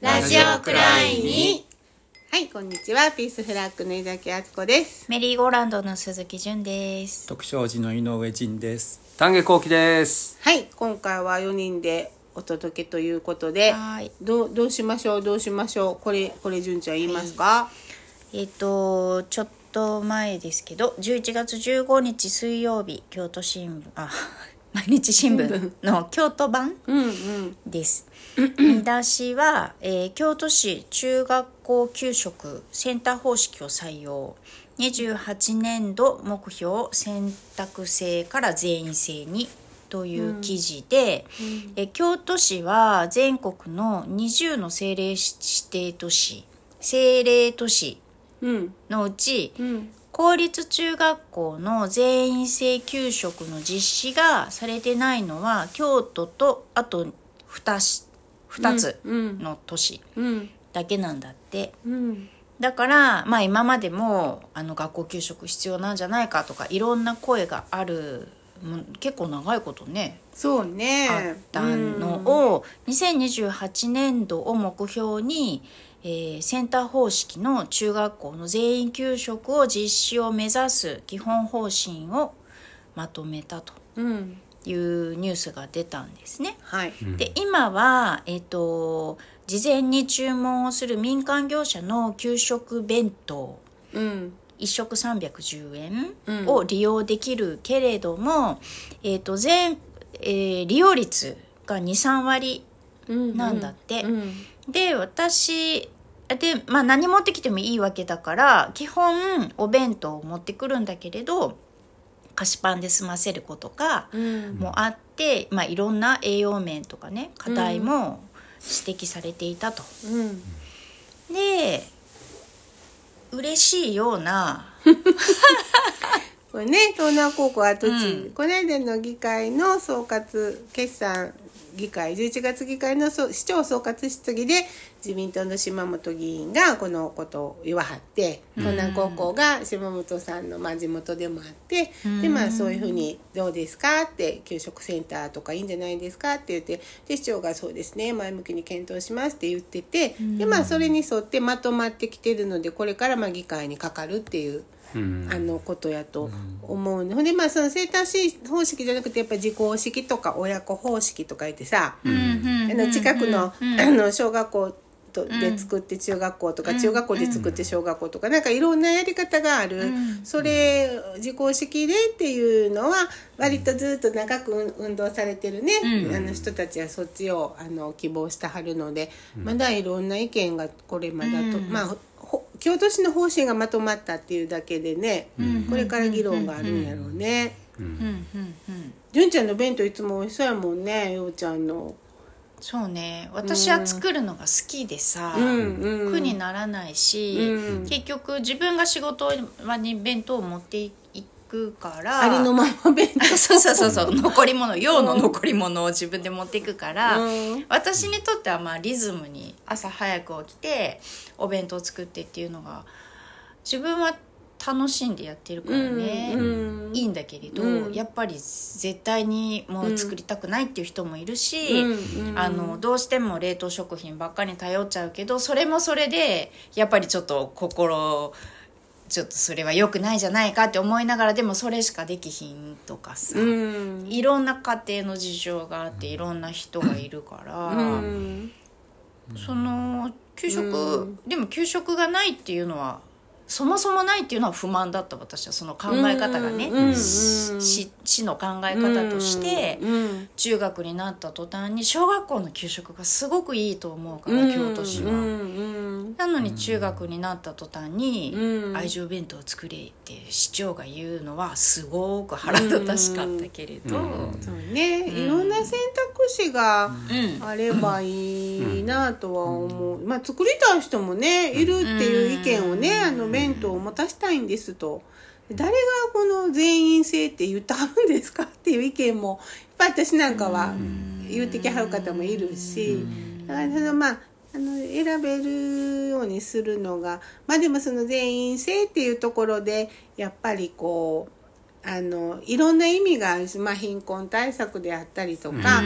ラジオクライにはいこんにちはピースフラッグの井崎敦子ですメリーゴーランドの鈴木純です。特徴寺の井上仁です。丹下幸喜です。はい今回は4人でお届けということではいどうどうしましょうどうしましょうこれこれ純ちゃん言いますか、えっ、とちょっと前ですけど、11月15日水曜日京都新聞あ 毎日新聞の京都版うんうんです。見出しは、えー京都市中学校給食センター方式を採用。28年度目標選択制から全員制にという記事で、えー京都市は全国の20の政令指定都市政令都市うんのうちうん公立中学校の全員制給食の実施がされてないのは京都とあと 2, し2つうんの都市うんだけなんだってうんだからまあ今までもあの学校給食必要なんじゃないかとかいろんな声があるもう結構長いことねそうねあったのうんを2028年度を目標に、えーセンター方式の中学校の全員給食を実施を目指す基本方針をまとめたとうんいうニュースが出たんですね。はいで今は、えっと事前に注文をする民間業者の給食弁当うん1食310うん円を利用できるけれども、えーと全えー利用率が23割うんなんだって、うんで私で、まあ、何持ってきてもいいわけだから基本お弁当を持ってくるんだけれど菓子パンで済ませることがうんもあって、まあ、いろんな栄養面とかね課題も指摘されていたと。うんで嬉しいようなこれね東南高校跡地、うこの間の議会の総括決算議会11月議会のそう市長総括質疑で自民党の島本議員がこのことを言わはって東南高校が島本さんのまあ地元でもあって、でまあそういうふうに「どうですか?」って「給食センターとかいいんじゃないですか?」って言ってで市長が「そうですね前向きに検討します」って言っててでまあそれに沿ってまとまってきてるのでこれからまあ議会にかかるっていう。うんあのことやと思うの、ほんでまあその生誕方式じゃなくてやっぱ自校式とか親子方式とか言ってさ、あの近くの,、あの小学校とで作って中学校とか、中学校で作って小学校とか、なんかいろんなやり方がある、それ自校式でっていうのは割とずっと長く運運動されてるね、あの人たちはそっちをあの希望してはるので、まだいろんな意見がこれまだと、まあほ京都市の方針がまとまったっていうだけでね、これから議論があるんやろうね。うんうんうん、純ちゃんの弁当いつも美味しそうやもんね、ようちゃんの。そうね私は作るのが好きでさ、うんうん苦にならないし、うん結局自分が仕事場に弁当を持っていくからありのまま弁 そうそうそうそう残り物用の残り物を自分で持っていくから、うん私にとってはまあリズムに朝早く起きてお弁当作ってっていうのが自分は楽しんでやってるからね、当。うん。いいんだけれど、うんやっぱり絶対にもう作りたくないっていう人もいるし、うんうんあのどうしても冷凍食品ばっかり頼っちゃうけどそれもそれでやっぱりちょっと心ちょっとそれは良くないじゃないかって思いながらでもそれしかできひんとかさ、うん。いろんな家庭の事情があっていろんな人がいるから、うん。その給食、でも給食がないっていうのはそもそもないっていうのは不満だった私はその考え方がね、うんうんし市の考え方として。うん中学になった途端に小学校の給食がすごくいいと思うから、京都市は、うんなのに中学になった途端に、うん愛情弁当を作れって市長が言うのはすごく腹立たしかったけれど、ううんんそうね、いろんな選択肢があればいいなとは思う、まあ作りたい人もねいるっていう意見をね、あの弁当を持たしたいんですと誰がこの全員制って言ってはるんですかっていう意見もやっぱり私なんかは言うてきはる方もいるし、だからそのまああの選べるようにするのがまあでもその全員制っていうところでやっぱりこうあのいろんな意味があるし、まあ、貧困対策であったりとか、あ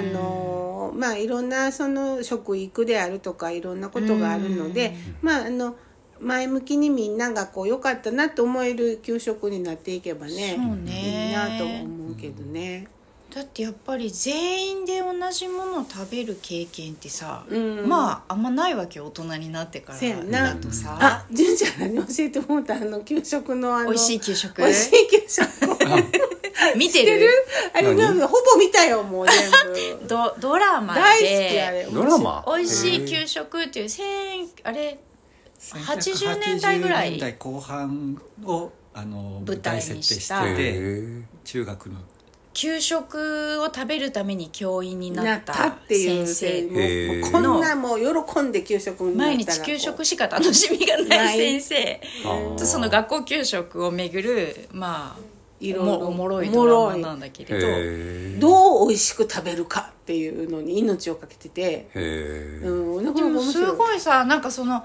のまあ、いろんなその食育であるとかいろんなことがあるので、まあ、あの前向きにみんながこう良かったなと思える給食になっていけばねそうねいいなと思うけどね。だってやっぱり全員で同じものを食べる経験ってさ、うんまああんまないわけよ大人になってからせやなだとさあ、純ちゃん何教えてもらったあの給食のあの美味しい給食美味しい給食見てるあれなんかほぼ見たよもう全 部ドドラマで大好きあれドラマ美味しいへー給食っていう千あれ80年代ぐらい80年代後半をあの舞舞台台に設定しあててえ中学の給食を食べるために教員になったなっていう先生へーもうこんなもう喜んで給食になったら毎日給食しか楽しみがなないい先生ーとその学校給食をめぐるまあいおろいろもおもろいおドもろラマいなんだけれど、へーどう美味しく食べるかっていうのに命をかけてて、へうーん、なかでなかも面す白いごいさなんかその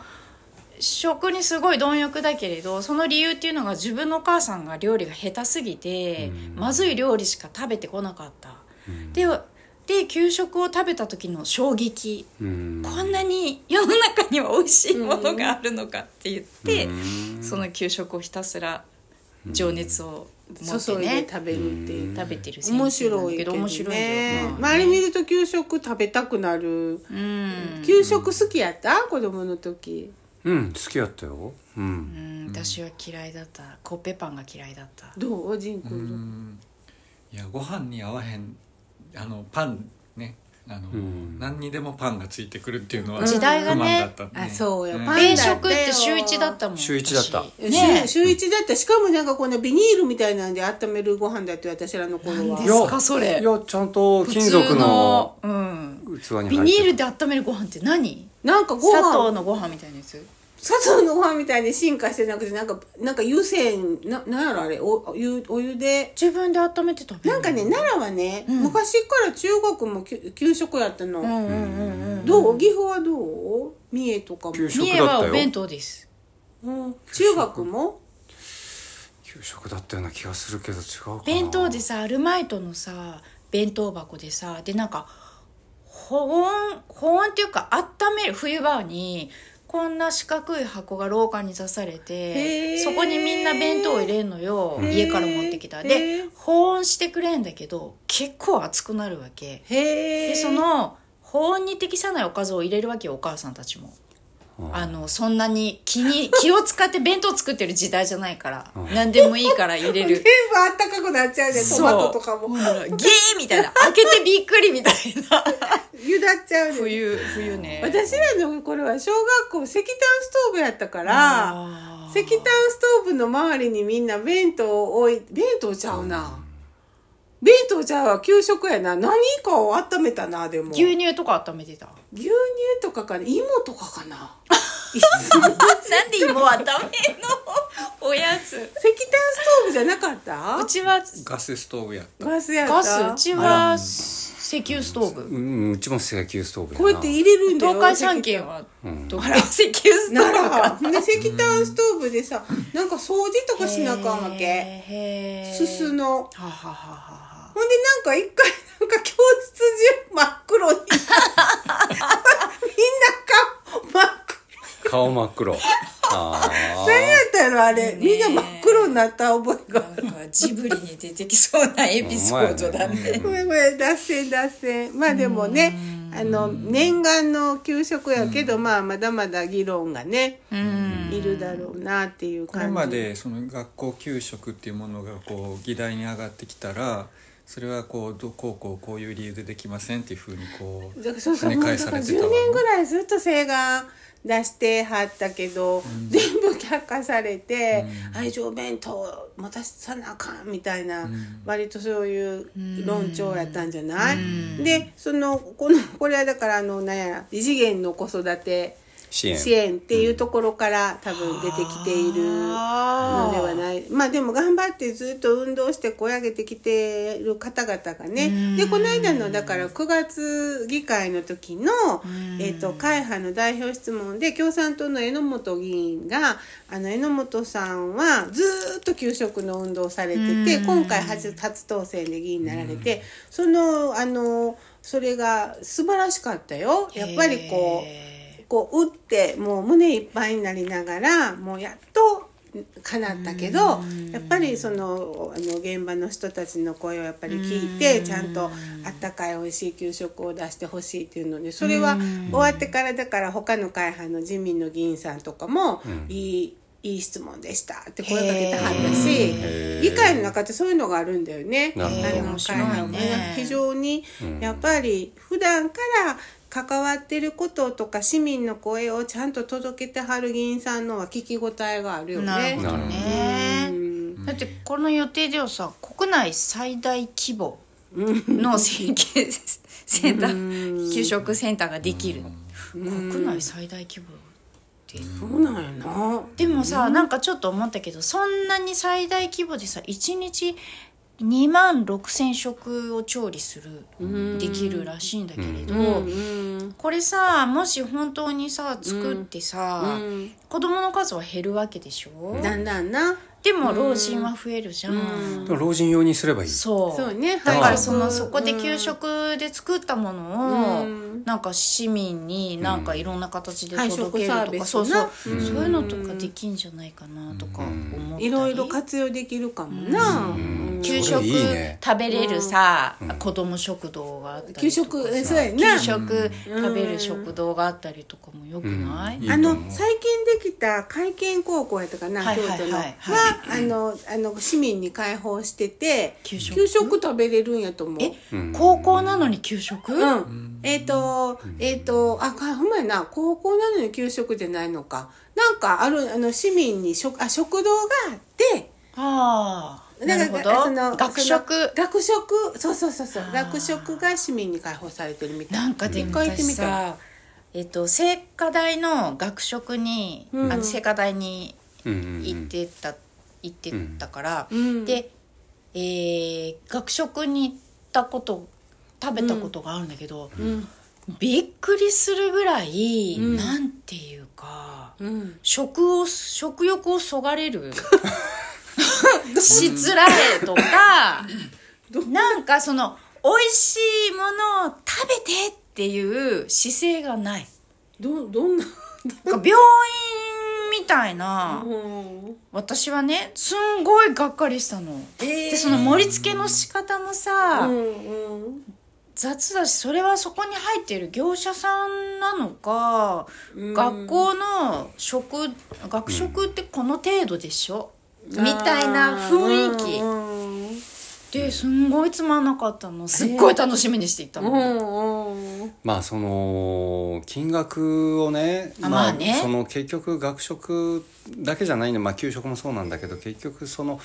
食にすごい貪欲だけれどその理由っていうのが自分のお母さんが料理が下手すぎて、まずい料理しか食べてこなかった、でで給食を食べた時の衝撃、うんこんなに世の中には美味しいものがあるのかって言って、その給食をひたすら情熱を持って注いねで、食べるっていう食べてる先生面白いけけどど面白いねよ、まあ周り見ると給食食べたくなるうん給食好きやった子供の時うん好きやったようんうん私は嫌いだったコッペパンが嫌いだったどうジンう君んいやご飯に合わへんあのパンねあの、ん何にでもパンがついてくるっていうのは時代がね不満だったねあそうよんパン定食って週一だったもん週一だった私ねえ週週一だったしかもなんかこのビニールみたいなんで温めるご飯だって私らの頃なんはでですかそれいやちゃんと金属の普通の器に入うんってビニールで温めるご飯って何なんかご砂飯糖のご飯みたいなやつ砂糖のご飯みたいに進化してなくてなんかなんか湯煎ななんやろあれおお湯お湯で自分で温めて食べるなんかね奈良はね、昔から中国もきゅ給食やったの、うんうんうんうんどう岐阜はどう三重とかも、給食三重だはったお弁よ当ですうん、中学も給食だったような気がするけど違うかな弁当でさアルマイトのさ弁当箱でさでなんか保温保温っていうか温める冬場にこんな四角い箱が廊下に出されへてーそこにみんな弁当を入れるのよへー家から持ってきたへでー保温してくれんだけど結構熱くなるわけへえでその保温に適さないおかずを入れるわけよお母さんたちもうんあのそんなに気に気を使って弁当作ってる時代じゃないから何でもいいから入れる 全部あったかくなっちゃうでトマトとかもそうほらゲーみたいな開けてびっくりみたいなゆだっちゃうで 冬冬ね私らの頃は小学校石炭ストーブやったからあー石炭ストーブの周りにみんな弁当を置い弁当ちゃうな弁当ちゃうわ給食やな何かを温めたなでも牛乳とか温めてた牛乳とかかな芋とかかな 石炭なんで芋はダメのおやつストーブじゃなかったうちはガスストーブやったガスやったガスうちは石油ストーブうんうちも石油ストーブやなこうやって入れるんだよ東海三県はどこ石油ストーなブからほんで石炭ストーブでさなんか掃除とかしなあかんわけへーすすのはははははほんでなんか一回なんか教室中真っ黒にみんな顔真っ黒顔真っ黒ああ何やったやろあれねみんな真っ黒になった覚えがなんかジブリに出てきそうなエピソードだほんまやねねごめんごめん脱線脱線まあでもねあの念願の給食やけど、まあまだまだ議論がね、うんいるだろうなっていうこ感じれまでその学校給食っていうものがこう議題に上がってきたらそれはこうどこうこうこういう理由でできませんっていうふうにこうだからそうそう跳ねもうだ返かさられ10てたわ年ぐらいずっと請願出してはったけど、全部却下されて、愛情弁当持たさなあかんみたいな、割とそういう論調やったんじゃない、でそのこのこれはだからあのなんや異次元の子育て支援支援っていうところから多分出てきているのではないまあでも頑張ってずっと運動して声上げてきている方々がねでこの間のだから9月議会の時の、えっと会派の代表質問で共産党の榎本議員があの榎本さんはずーっと給食の運動をされてて今回初初当選で議員になられてそのあのそれが素晴らしかったよ。やっぱりこうこう打ってもう胸いっぱいになりながらもうやっと叶ったけどやっぱりそのあの現場の人たちの声をやっぱり聞いてちゃんとあったかい美味しい給食を出してほしいっていうのでそれは終わってからだから他の会派の自民の議員さんとかもいい。いい質問でしたって声かけたはったしへー議会の中ってそういうのがあるんだよね。なるほどあの面白会いね派をね非常にやっぱり普段から関わってることとか市民の声をちゃんと届けてはる議員さんのは聞き応えがあるよね。なるほどうね。んだってこの予定ではさ国内最大規模の整形センター給食センターができる国内最大規模そうなんやな。でもさ、なんかちょっと思ったけどそんなに最大規模でさ1日2万6,000食を調理する、できるらしいんだけれど、うんこれさもし本当にさ作ってさ、うん子供の数は減るわけでしょ、だんだんな。でも老人は増えるじゃん、 でも老人用にすればいいそうそうねだからそ配の布そこで給食で作ったものうを、んなんか市民になんかいろんな形でうん届けるとか、配食サーそうビスそなう、そういうのとかできんじゃないかなとか思ったり、いろいろ活用できるかもな。うん給そ食れいいね食べれるさ、子供食堂があったりとかさ給食えそうやな給食食べる食堂があったりとかもよくない、うんいいあとの思う最近できた会見高校やったかな、はいはいはい京都のはいはあのあの市民に開放してて給食食べれるんやと思う。え、高校なのに給食、うん、えっ、と、えっ、と、あ、か、ほんまやな、高校なのに給食じゃないのか。なんか、ある、あの、市民に食、あ、食堂があって、ああだなるかほらそのど学その食学食、そうそうそうそう、学食が市民に開放されてるみたい。なんかで一っか回い行ってみたい。さえっと聖火台の学食に、うんあの聖火台にうんうんうん行ってた、行ってたから、うんで、えー学食に行ったこと食べたことがあるんだけど、うん、びっくりするぐらい、うんなんていうかうん、食を食欲をそがれるしつらえと かなんかその美味しいものを食べてっていう姿勢がないど、どんな。なんか病院みたいなうん私はねすんごいがっかりしたの。でその盛り付けの仕方もさ、うん、うん。雑だしそれはそこに入っている業者さんなのか、うん学校の食学食ってこの程度でしょ、みたいな雰囲気、うんうんですんごいつまんなかったのすっごい楽しみにしていたの、うんうんまあその金額をねあまあねその結局学食だけじゃないの、まあ、給食もそうなんだけど結局その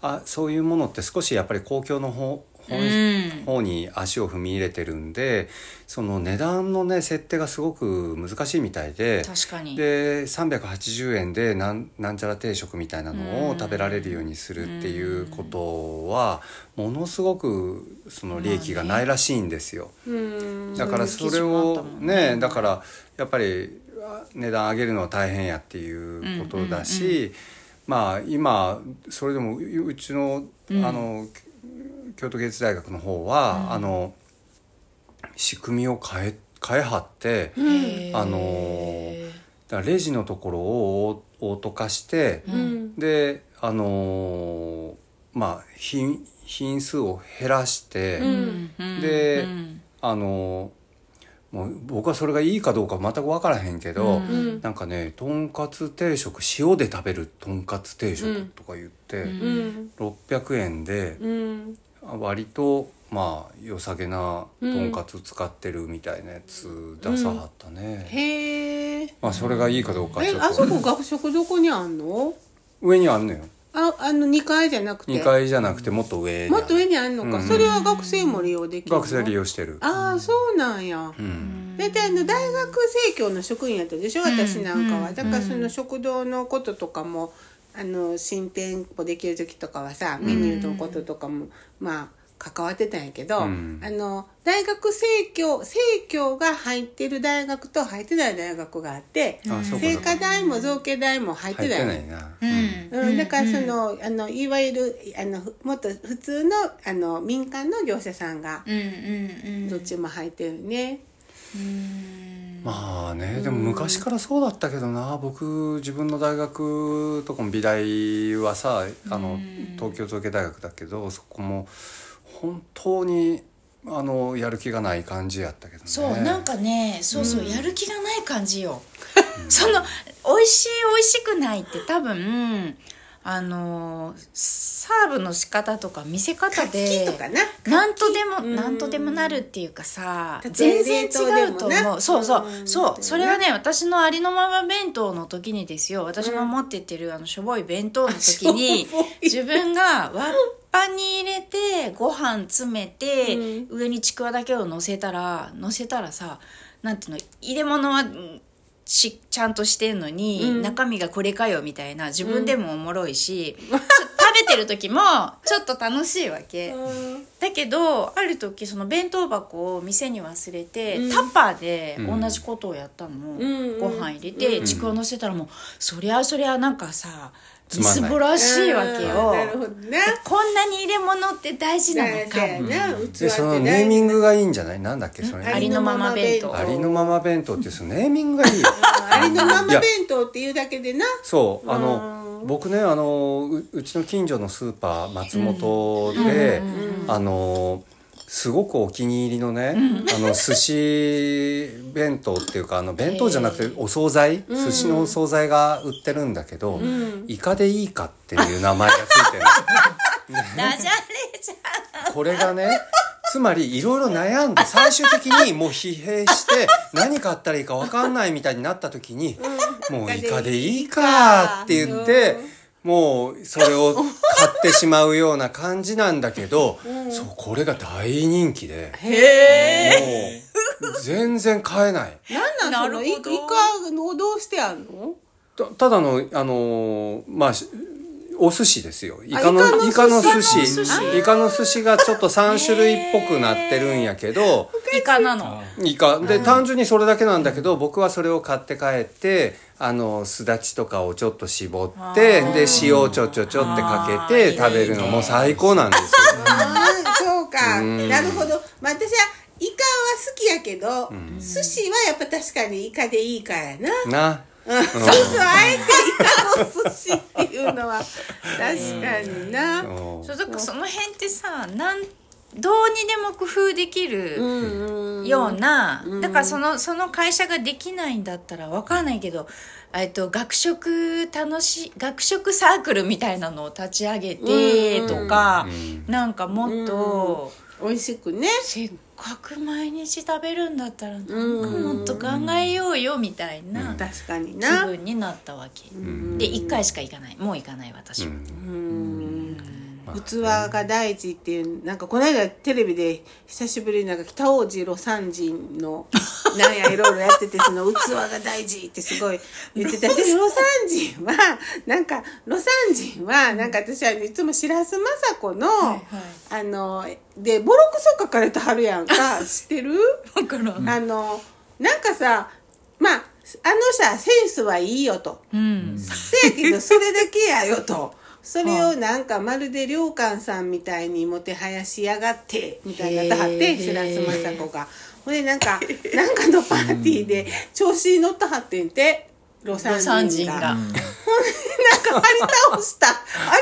あそういうものって少しやっぱり公共の方う本ん方に足を踏み入れてるんでその値段のね設定がすごく難しいみたいで確かにで380円でなんなんちゃら定食みたいなのを食べられるようにするっていうことはものすごくその利益がないらしいんですよ。うんだからそれをねだからやっぱりあ値段上げるのは大変やっていうことだし、まあ今それでもううちの,、あの京都芸術大学の方は、あの仕組みを変え変えはって、へーあのだからレジのところをオート化して、うんであのまあ品品数を減らして。うんうんでうんあのもう僕はそれがいいかどうか全く分からへんけど、うんなんかねとんかつ定食塩で食べるとんかつ定食とか言って、んうん600円でうん割とまあ良さげなとんかつ使ってるみたいなやつ出さはったね、へえまあ、それがいいかどうかえちょあっそとこ学食どこにあんの上にあるのよああの2階じゃなくて2階じゃなくてもっと上にあもるっと上にあんのか、うんそれは学生も利用できるの学生利用してるああそうなんやうん大体あの大学生協の職員やったでしょ私なんかはだからその食堂のこととかもあの新店舗できる時とかはさメニューのこととかもまあ関わってたんやけど、うんあの大学生協生協が入ってる大学と入ってない大学があってあそうか聖そうか火台も造形台も入っ入てっないてないな、うん、だからそのあのいわゆるあのふもっと普通のあの民間の業者さんがうんうんどっちも入ってるね。まあねでも昔からそうだったけどな僕自分の大学とかも美大はさあの東京造形大学だけどそこも本当にあのやる気がない感じやったけどねそうなんかねそうそう、やる気がない感じよその美味しい美味しくないって多分あのサーブの仕方とか見せ方キッでトかな。なんとでもうんなんとでもなるっていうかさ例え全然違うと冷凍でも思うねそうそううんそうそれはね私のありのまま弁当の時にですよ私の持ってってるあのしょぼい弁当の時あにしょぼい自分がわっぱに入れてご飯詰めてう上にちくわだけを乗せたら乗せたらさなんていうの入れ物はうんしちゃんとしてんのに、うん中身がこれかよみたいな自分でもおもろいし、ちょ食べてる時もちょっと楽しいわけ。 うんだけどある時その弁当箱を店に忘れて、うんタッパーで同じことをやったの、んご飯入れて、うんちくわのせたらもうそりゃそりゃなんかさつみまんないすぼらしいわけよなるほどね。こんなに入れ物って大事なの大事かやもな。器ってでそのネーミングがいいんじゃないなんだっけそれありのまま弁当ありのまま弁当っていうそのネーミングが いいよありのまま弁当っていうだけでな。そうあうの僕ねあのううちの近所のスーパー松本で、あのすごくお気に入りのね、あの寿司弁当っていうかあの弁当じゃなくてお惣菜、うん寿司のお惣菜が売ってるんだけど、んイカでいいかっていう名前がついてるダジャレじゃこれがねつまりいろいろ悩んで最終的にもう疲弊して何買ったらいいか分かんないみたいになった時に、もうイカでいいかって言って、もうそれを買ってしまうような感じなんだけど、そうこれが大人気で、へえ。もう全然買えないなんなんそのなるイほカどをどうしてあんの？たただのあのーまあしお寿司ですよイカのイイカカのの寿寿司司イカの寿司がちょっと3種類っぽくなってるんやけど、んイカなのあイカで単純にそれだけなんだけど僕はそれを買って帰ってあのすだちとかをちょっと絞ってあーで塩をちょちょちょってかけあーて食べるのも最高なんですよ。あーそうかうんなるほど、まあ、私はイカは好きやけど、寿司はやっぱ確かにイカでいいからな、 なうん、そうそうあえてイカの寿司っていうのは確かにな、うんそうそうだからその辺ってさなんどうにでも工夫できる、うんような、だからそのその会社ができないんだったらわかんないけど、えっと、学食楽しい学食サークルみたいなのを立ち上げてとか、なんかもっと、美味しくねせっかく毎日食べるんだったらなんかもっと考えようよみたいな確かに気な、分になったわけ、で1回しか行かないもう行かない私は、器が大事っていうなんかこの間テレビで久しぶりになんか北大路魯山人のなんやいろいろやっててその器が大事ってすごい言ってて私魯山人はなんか魯山人はなんか私はいつも白洲雅子の、あのでボロクソ書かれてはるやんか知ってるだからあのなんかさまああのさセンスはいいよと。うんせやけどそれだけやよと。それをなんかまるで良寛さんみたいにもてはやしやがってみたいになってはっへてー白洲雅子がほんでなんかなんかのパーティーで調子に乗ったはってんて魯魯山山人人がが、なんか「あり倒したあり倒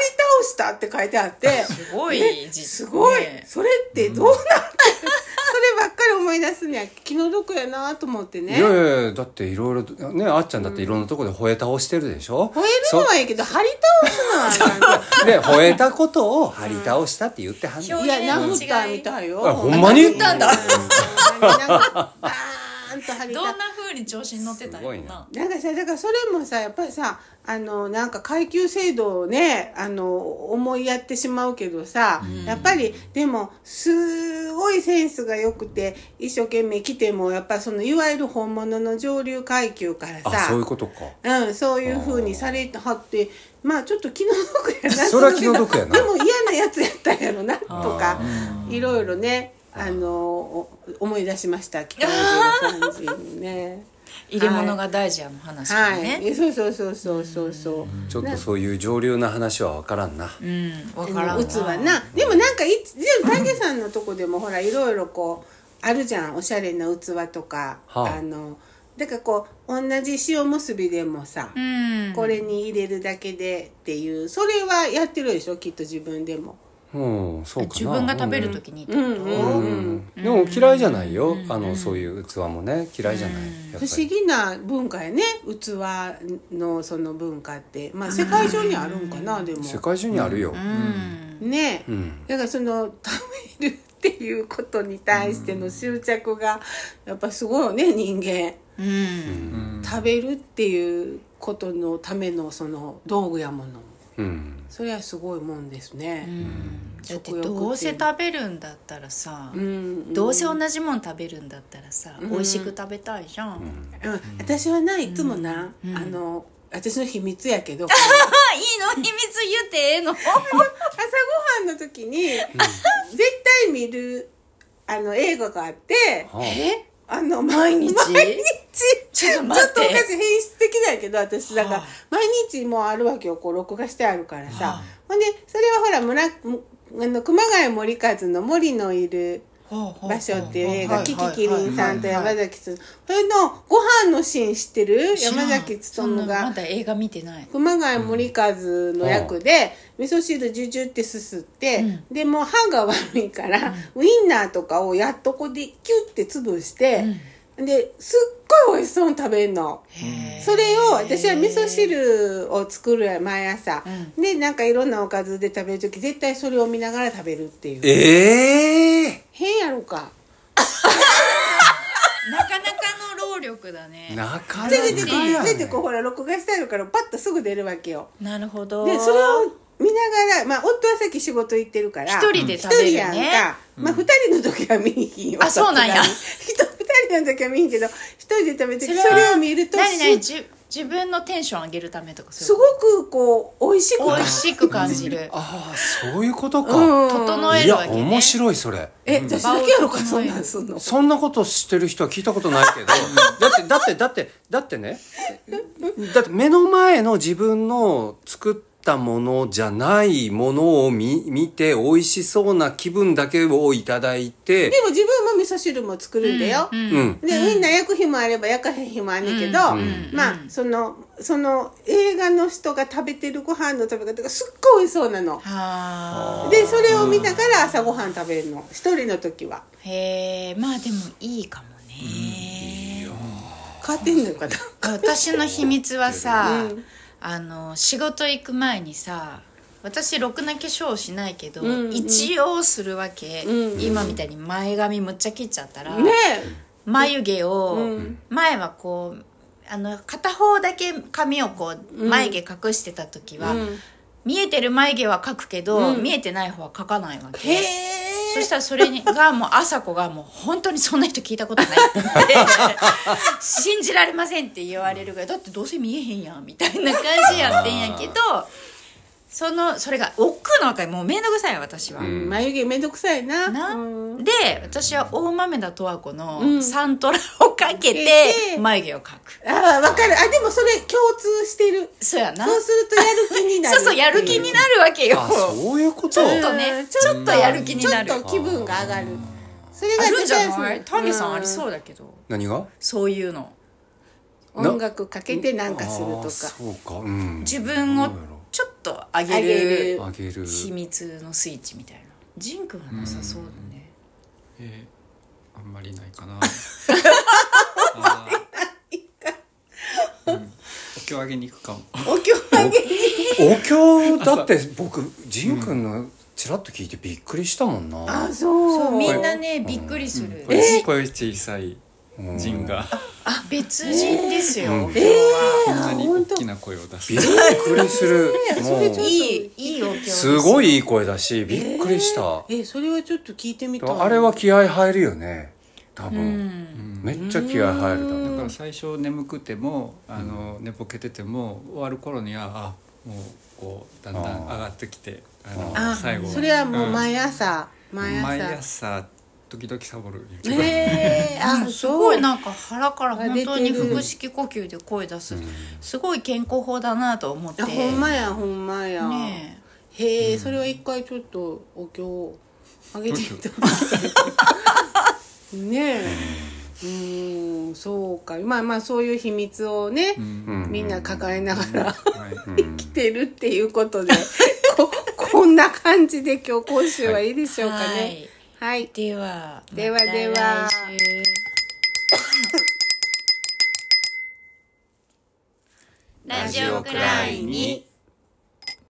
した」って書いてあってすごいね実すごいねそれってどうなってるそればっかり思い出すには気の毒やなと思っていねやいやいやだっていろいろねあっちゃんだっていろんなとこで吠え倒してるでしょ吠えるのはいいけど張り倒すのはあかんなそで吠えたことを張り倒したって言ってはんねんうんいや、殴ったみたいよ。あほんまに殴ったんだ。バーンんと張りどんたな風に調子に乗ってたんやろすごいなななんかさだからそれもさやっぱりさあのなんか階級制度をねあの思いやってしまうけどさ、やっぱりでもすごいセンスが良くて一生懸命来てもやっぱそのいわゆる本物の上流階級からあそういうさことかうん、そういうふうにされてはってまあちょっと気の毒やなそれは気の毒やなでも嫌なやつやったんやろなとかあいろいろねあのお思い出しました北海道の感じね。入れ物が大事やの話からはい、ね、えそうそうそうそうそうそう。ちょっとそういう上流な話は分からんなうんわうからんつはな、でもなんかいつ、でもたけさんのとこでもほらいろいろこうあるじゃん、おしゃれな器とか、はああのだからこう同じ塩結びでもさ、うんこれに入れるだけでっていう、それはやってるでしょ、きっと自分でも。うんそうかな自分が食べる時にってこと、うんうんうん、でも嫌いじゃないよ、あのそういう器もね嫌いじゃない、やっ不ぱ思り議な文化やね、器のその文化って、まあ世界中にあるんかな、でも。世界中にあるよ、ねえ、んだからその食べるっていうことに対しての執着がやっぱすごいよね人間、うん食べるっていうことのためのその道具やものうんそれはすごいもんですね、だってどうせ食べるんだったらさ、うんうんどうせ同じもん食べるんだったらさ、美味しく食べたいじゃん、うん私はないつもな、あの私の秘密やけどこあいいの秘密言ってええのの朝ごはんの時に絶対見るあの映画があってはあえあの毎日毎日ちょっとち待ょっっとおてかしい変質的だけど私だから、はあ毎日もうあるわけよこう録画してあるからさ、はあほんでそれはほら村むあの熊谷森和の「森のいる場所」っていう映画、キキキリンさんと山崎つそれのご飯のシーン知ってる山崎努がまがだ映画見てない熊谷森和の役で、味噌汁ジュジュってすすって、でもう歯が悪いから、ウインナーとかをやっとこでキュッて潰して、ですっごい美味しそうに食べるの。それを私は味噌汁を作る毎朝、でなんかいろんなおかずで食べる時絶対それを見ながら食べるっていうええ変やろかなかなかの労力だねななかなか出てこやうね出てこうほら録画してあるからパッとすぐ出るわけよるほどでそれを見ながら、まあ、夫はさっき仕事行ってるから一人で食べるね一人やんか、まあ、二人の時は見に行きあそうなんや人二人の時は見に行けど一人で食べてそれはを見ると何々すじ自分のテンション上げるためとかすそうごいうくこう美味しくこと美味しく感じるああそういうことか、整えいるやわけね面白いそれえ私だけやろかそんなんすんのそんなことしてる人は聞いたことないけどだってだってだってだってねだって目の前の自分の作ったものじゃないものを見見て美味しそうな気分だけをいただいてでも自分も味噌汁も作るんだよ、うんでウインナー焼く日もあれば焼かへん日もあんねんけど、まあそのその映画の人が食べてるご飯の食べ方がすっごい美味しそうなのはあでそれを見ながら朝ごはん食べるの一人の時はへえまあでもいいかもね、変わってんのかな私の秘密はさ、あの仕事行く前にさ私ろくな化粧をしないけど、んうん一応するわけ、うん今みたいに前髪むっちゃ切っちゃったら、ね眉毛を、うん前はこうあの片方だけ髪をこう眉毛隠してた時は、見えてる眉毛は描くけど、見えてない方は描かないわえへけえそしたらそれにがもう朝子がもう本当にそんな人聞いたこと ないって信じられませんって言われるぐらいだってどうせ見えへんやんみたいな感じやってんやけどそのそれが億劫なわけもう面倒くさい私は。ん眉毛めんどくさいななうんで私は大豆田十和子のんサントラをかけえてえ眉毛を描く、あわかるあでもそれ共通してるそうやなそうするとやる気にな そるうそうやる気になるわけよあそういうことちょっとねちょっとやる気になるちょっと気分が上がるそれがあるんじゃない私タミさんありうそうだけど何がそういうのん音楽かけてなんかするあとあかそうかうん自分をどうやろちょっと上げ上げるるうあげる秘密のスイッチみたいなジンくんはなさそうだねえーあんまりないかなあーうんお経あげに行くかもお経上げるお経だって僕仁君のちらっと聞いてびっくりしたもんな、あそうみんなねびっくりするこれこれ小さい人があ別人ですよ、うん今日はこんなに大きな声を出すびっくりす るもういいいいお経ですごいいい声だしびっくりした、えそれはちょっと聞いてみたいあれは気合入るよね多う分、んめっちゃ気合入るだだろかうら最初眠くてもあの寝ぼけてても終わる頃にはあもうこうだんだん上がってきてあのあ最後それはもう毎毎朝、毎朝朝毎朝時々サボるえー、あうんすごいなんか腹からあ本当に出てる腹式呼吸で声出す、すごい健康法だなと思ってあほんまやほんまや、ねえへえ、それは一回ちょっとお経をあげてみたいねえうーんそうかまあまあそういう秘密をね、うんみんな抱えながらはい生きてるっていうことでここんな感じで今日今週はいいでしょうかね。はい、ではではまたでは来週ラジオくらいに